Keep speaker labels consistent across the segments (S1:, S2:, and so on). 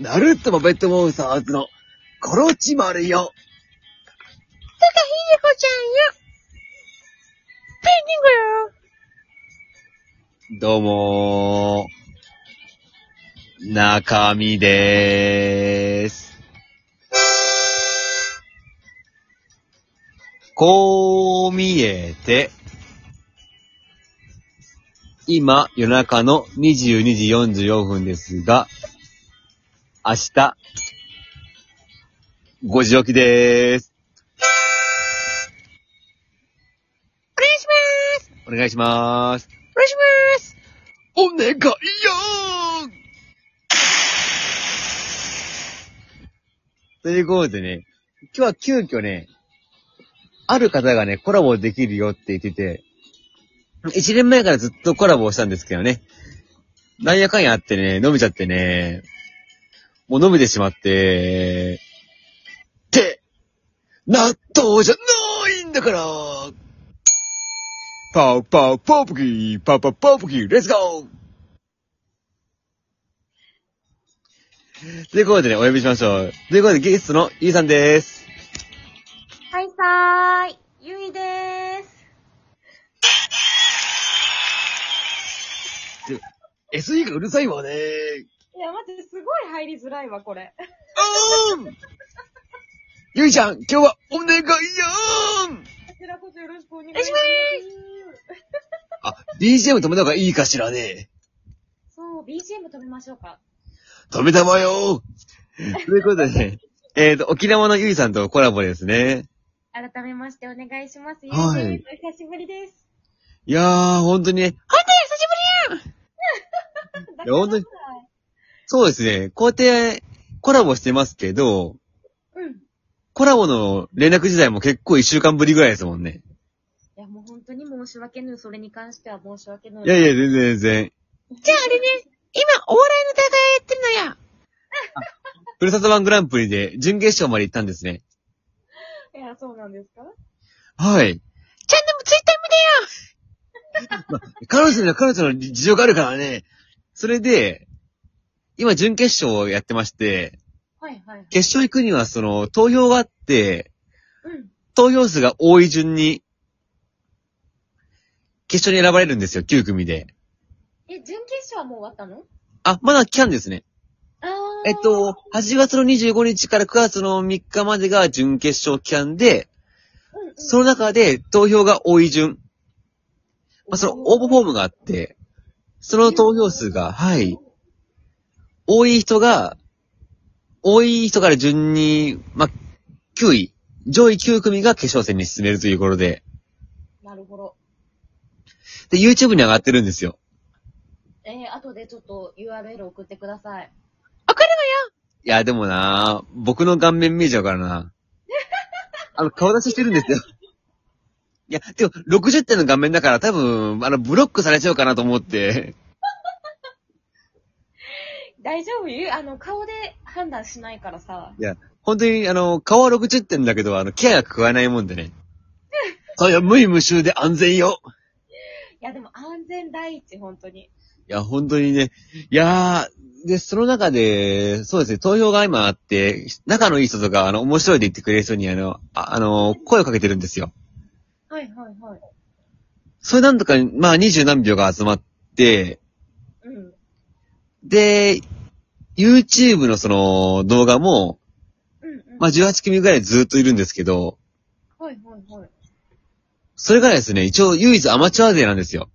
S1: ナルトもベッドモンスターズの、コロチマルよ。
S2: 高ひでこちゃんよ。ペンディングよ。
S1: どうもー。中身でーす。こう見えて、今夜中の22時44分ですが、明日、5時起きでーす。
S2: お願いします。
S1: お願いしまーす。
S2: お願いします。
S1: お願いよーということでね、今日は急遽ね、ある方がね、コラボできるよって言ってて、一年前からずっとコラボをしたんですけどね、なんやかんやあってね、飲めちゃってね、もう飲めてしまって、って、納豆じゃないんだからパウパウパウプキー、パウパウパウプキー、レッツゴーということでね、お呼びしましょう。ということで、ゲストのゆいさんでーす。
S3: はいさーい、ゆいでーす。
S1: SE がうるさいわね
S3: いや、待って、すごい入りづらいわ、これ。
S1: ー。うーんゆいちゃん、今日はお願いよーん
S3: こちらこそよろしくお願い
S2: します
S1: あ、BGM 止めた方がいいかしらね。
S3: そう、BGM 止めましょうか。
S1: 止めたまよー。ということでね、えーと、沖縄のゆいさんとコラボですね。
S3: 改めましてお願いします。ゆい
S1: はい
S3: です。お久しぶりです。
S1: いやー、ほんとにね、
S3: い
S1: や本当にそうですね。こうやってコラボしてますけど、
S3: うん。い
S1: コラボの連絡時代も結構一週間ぶりぐらいですもんね。
S3: や、もう本当に申し訳ぬ。それに関しては申し訳ぬ。
S1: いやいや、全然全然。
S2: じゃああれね、今、お笑いの大会やってる のや。
S1: ふるさと版グランプリで準決勝まで行ったんですね。
S3: いや、そうなんですか
S1: はい。
S2: ちゃんとツイッター見てよ。
S1: 彼女には彼女の事情があるからね。それで、今準決勝をやってまして、
S3: はいはい。
S1: 決勝行くにはその投票があって、
S3: うん。
S1: 投票数が多い順に、決勝に選ばれるんですよ、9組で。
S3: え、準決勝はもう終わったの
S1: あ、まだ期間ですね。
S3: あー。
S1: えっと、、8月の25日から9月の3日までが準決勝期間で、
S3: うんうん、
S1: その中で投票が多い順。まあ、その応募フォームがあって、その投票数が、はい。多い人が、多い人から順に、まあ、9位、上位9組が決勝戦に進めるということで、
S3: なるほど。
S1: で、YouTube に上がってるんですよ。
S3: えー、後でちょっと URL 送ってください。
S1: いや、でもな僕の顔面見えちゃうからなあの、顔出ししてるんですよ。いや、でも、60点の顔面だから多分、あの、ブロックされちゃうかなと思って。
S3: 大丈夫ゆいあの、顔で判断しないからさ。
S1: 本当に、あの、顔は60点だけど、あの、ケアが加えないもんでね。そうよ、無意無臭で安全よ。
S3: いや、でも安全第一、本当に。
S1: いや、本当にね。いやー、で、その中で、そうですね、投票が今あって、仲のいい人とか、あの、面白いで言ってくれる人に、あの、ああの、声をかけてるんですよ。
S3: はいはいはい。
S1: それなんとか、まあ、二十何秒が集まって、
S3: うん。
S1: で、YouTube のその動画も、
S3: うんうん。
S1: まあ、18組ぐらいずっといるんですけど、
S3: はいはいはい。
S1: それがですね、一応唯一アマチュア勢なんですよ。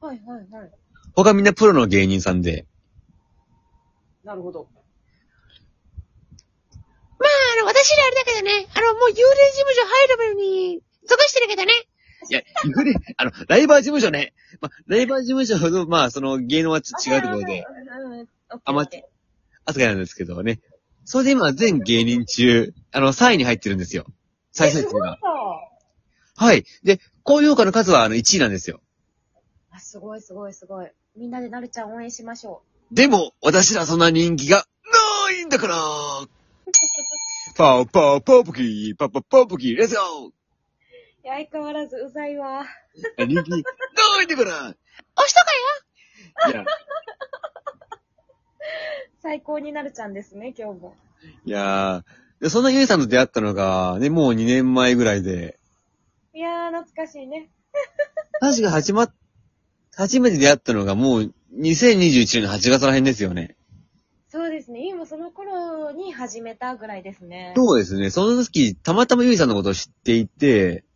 S3: はいはいはい。
S1: 他みんなプロの芸人さんで。
S3: なるほど。
S2: まあ、あの、私らあれだけどね、あの、もう幽霊事務所入る前に、属してるけどね。
S1: いや、幽霊、 あの、ライバー事務所ね。まあ、ライバー事務所の、まあ、その芸能はち違うところで、
S3: うんうん。
S1: アマチュ
S3: ュ
S1: 扱いなんですけどね。それで今、全芸人中、あの、3位に入ってるんですよ。最初っていうのは。はい。で、高評価の数は、あの、1位なんですよ。
S3: あ、すごいすごいすごい。みんなでなるちゃん応援しましょ
S1: でも、私らそんな人気が、ないんだからパオパオパオプキー、パパパオプキー、レッツゴ
S3: う。いや、相変わらずうざいわ。
S1: ー人気、ないんだから
S2: おしとか
S1: いや、
S3: 最高になるちゃんですね、今日も。
S1: いやー、でそんなゆいさんと出会ったのが、ね、もう2年前ぐらいで、
S3: いやー、懐かしいね。
S1: 確か始まっ、初めて出会ったのがもう2021年の8月ら辺ですよね。
S3: そうですね。今その頃に始めたぐらいですね。
S1: そうですね。その時、たまたまゆいさんのことを知っていて、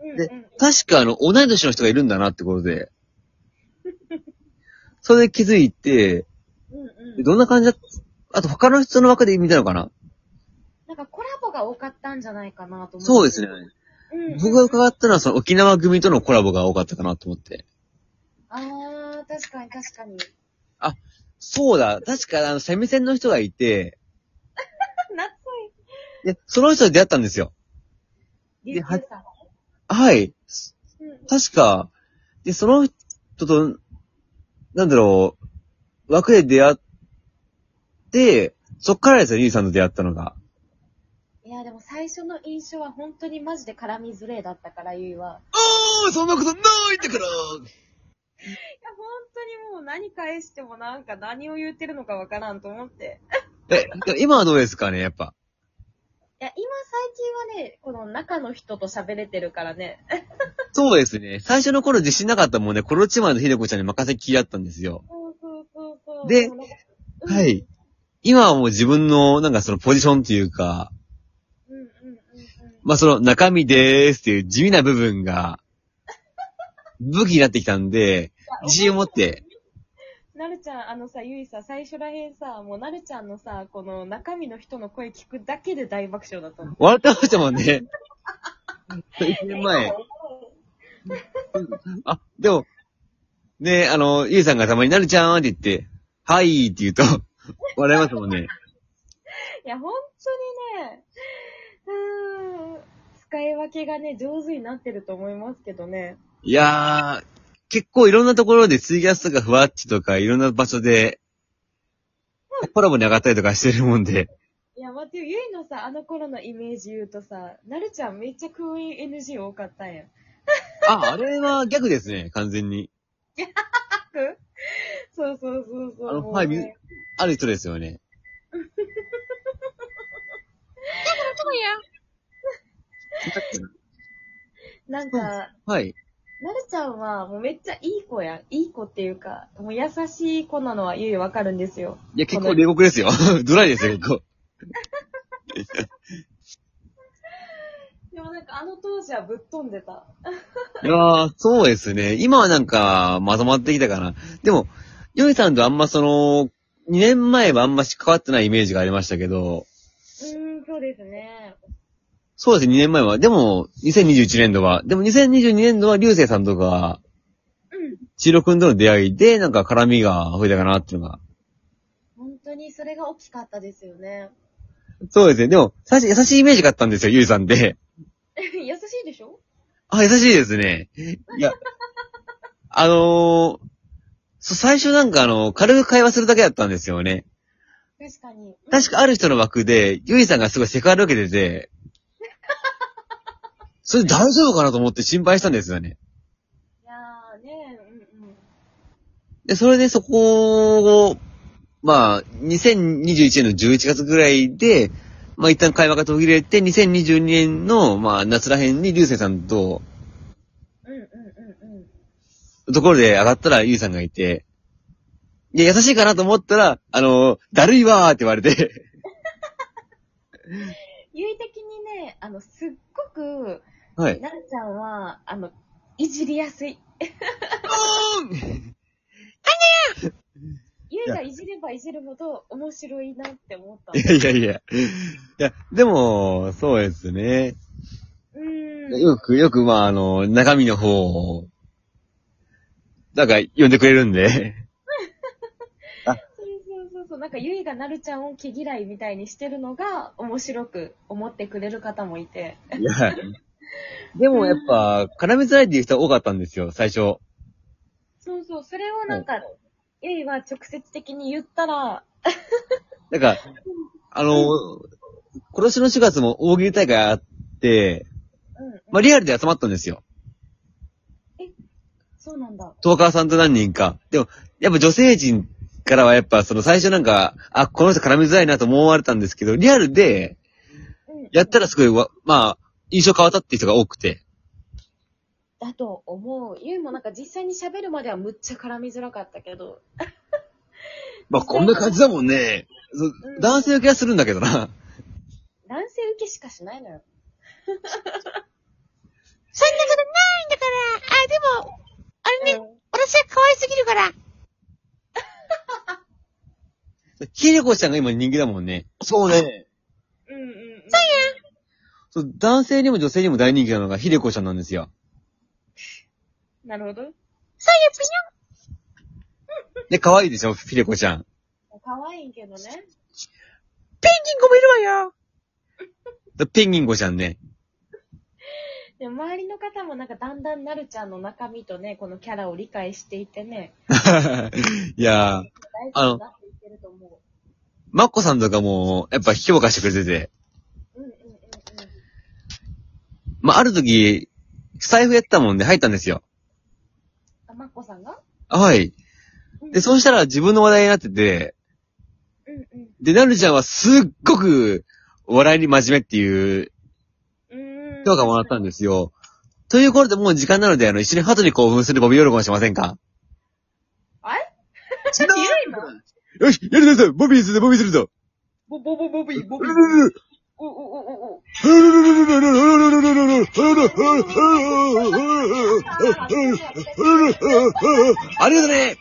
S3: うんう
S1: で
S3: ん。
S1: 確かあの、同い年の人がいるんだなってことで。 それで気づいて、
S3: うんうん。
S1: どんな感じだあと他の人の枠で見たのかな
S3: なんかコラボが多かったんじゃないかなと思
S1: そうですね。。
S3: うん、
S1: 僕が伺ったのはその沖縄組とのコラボが多かったかなと思って。
S3: あー、確かに確かに。
S1: そうだ。確かあの、セミ戦の人がいて、
S3: 懐か
S1: で、その人と出会ったんですよ。
S3: しい。
S1: で
S3: リュウジさん。
S1: はい。
S3: うんうん
S1: 確か、で、その人と、なんだろう、枠で出会って、そっからですよ、リーさんと出会ったのが。
S3: いや、でも最初の印象は本当にマジで絡みづれえだったから、ゆいは。
S1: おーそんなことないんだから
S3: いや、本当にもう何返してもなんか何を言ってるのかわからんと思って。
S1: え、今はどうですかね、やっぱ。
S3: いや、今最近はね、この中の人と喋れてるからね。
S1: そうですね。最初の頃自信なかったもんね、コロチマンのひでこちゃんに任せっきりだったんですよ。
S3: そうそうそうそう。
S1: で
S3: もうなんか
S1: は。い。今はもう自分の、なんかそのポジションというか、
S3: うんうんうんうん。
S1: まあその中身でーすっていう地味な部分が、武器になってきたんで、自信を持って、
S3: なるちゃん、あのさ、ゆいさ、最初らへんさ、もうなるちゃんのさ、この中身の人の声聞くだけで大爆笑だったの。
S1: 笑ってましたもんね。1年前。あ、でも、ねあの、ゆいさんがたまになるちゃんって言って、はいーって言うと、笑いますもんね。
S3: いや、本当にね、うーん、使い分けがね、上手になってると思いますけどね。
S1: いやー、結構いろんなところでツイキャスとかふわっちとかいろんな場所で、コラボに上がったりとかしてるもんで。
S3: いや、待ってよ、ゆいのさ、あの頃のイメージ言うとさ、なるちゃんめっちゃ空イ NG 多かったんや。
S1: あ、あれは逆ですね、完全に。
S3: そうそうそうそう。
S1: あの
S3: もう
S1: はい
S3: ね
S1: ある人ですよね。
S3: なんか、なる
S1: はい。
S3: ちゃんはもうめっちゃいい子や。いい子っていうか、もう優しい子なのはゆいわかるんですよ。
S1: いや、結構冷酷ですよ。ドライですよ、結構。
S3: でもなんかあの当時はぶっ飛んでた。
S1: いやー、そうですね。今はなんか、まとまってきたかな。でも、ヨイさんとあんまその、2年前はあんまし変わってないイメージがありましたけど、
S3: うーん、そうですね。
S1: そうですね、2年前は。でも、2021年度は。でも、2022年度は、流星さんとか、
S3: うん。
S1: 千尋くんとの出会いで、なんか絡みが増えたかなっていうのが。
S3: 本当にそれが大きかったですよね。
S1: そうですね。でも、最初優しいイメージがあったんですよ、ゆいさんで。
S3: 優しいでしょ
S1: あ、優しいですね。いや、 あのー、そ最初なんかあの、軽く会話するだけだったんですよね。
S3: 確かに。うん
S1: 確かある人の枠で、ゆいさんがすごいセクハラ受けてて、それ大丈夫かなと思って心配したんですよね。
S3: いやーね、うんうん。
S1: で、それでそこを、まあ、2021年の11月ぐらいで、まあ一旦会話が途切れて、2022年の、まあ夏ら辺に流星さんと、
S3: うんうんうんうん。
S1: ところで上がったらゆいさんがいて、で、優しいかなと思ったら、あの、だるいわーって言われて、
S3: ゆい的にね、あの、すっごく、
S1: はい。
S3: なるちゃんは、あの、いじりやすい。ゆいがいじればいじるほど面白いなって思った
S1: い。やいやいや。いや、でも、そうですね。
S3: うーん。
S1: よく、よく、まあ、あの、中身の方を、なんか、呼んでくれるんで。
S3: そうそうそうそう。なんかゆいがなるちゃんを毛嫌いみたいにしてるのが面白く思ってくれる方もいて。
S1: いや。でも、やっぱ、絡みづらいっていう人は多かったんですよ、最初。
S3: そうそう。それをなんか、ゆいは直接的に言ったら、
S1: なんか、あの、今年の4月も大喜利大会あって、
S3: うん、うん。
S1: まあ、リアルで集まったんですよ。
S3: そうなんだ。
S1: トーカーさんと何人か。でも、やっぱ女性陣からはやっぱその最初なんか、あ、この人絡みづらいなと思われたんですけど、リアルで、
S3: うん
S1: やったらすごいわ、まあ、印象変わったっていう人が多くて。
S3: だと思う。ゆいもなんか実際に喋るまではむっちゃ絡みづらかったけど。
S1: まあ、こんな感じだもんね。そう
S3: うん
S1: 男性受けはするんだけどな。
S3: 男性受けしかしないのよ。
S2: そんなことないんだから。あ、でも、あれね、
S3: うん
S2: 私は可愛すぎるから。
S1: ひでこちゃんが今人気だもんね。そうね。
S3: うんうんうん。
S1: そう男性にも女性にも大人気なのがひでこちゃんなんですよ。
S3: なるほ
S2: そ
S3: ど。
S2: うよ、ピヨン。
S1: で、可愛いでしょ、ひでこちゃん。
S3: 可愛いけどね。
S2: ペンギンゴもいるわよ。
S1: でペンギンゴちゃんね。
S3: でも周りの方もなんかだんだんなるちゃんの中身とね、このキャラを理解していてね、
S1: いやー、
S3: 大丈夫になっていってると思
S1: マッコさんとかも、やっぱ評価してくれてて。
S3: う。うんうんうんうん。
S1: まあ、ある時、財布やったもんで入ったんですよ。
S3: あ、まっこさんが
S1: はい。で、そうしたら自分の話題になってて、
S3: うんうん。
S1: で、なるちゃんはすっごく、笑いに真面目っていう
S3: うーん。
S1: 評価もらったんですよ。ということでもう時間なので、あの、一緒にハトに興奮するボビーヨルゴンしませんか
S3: あれ
S1: 違う
S3: ゆいも
S1: よしやるぞボビーするぞボビーするぞ
S3: ボボボボビー、ボ
S1: ボ
S3: ビ
S1: ビー。
S3: ー
S1: するぞ
S3: おおおおお。
S1: ありがとね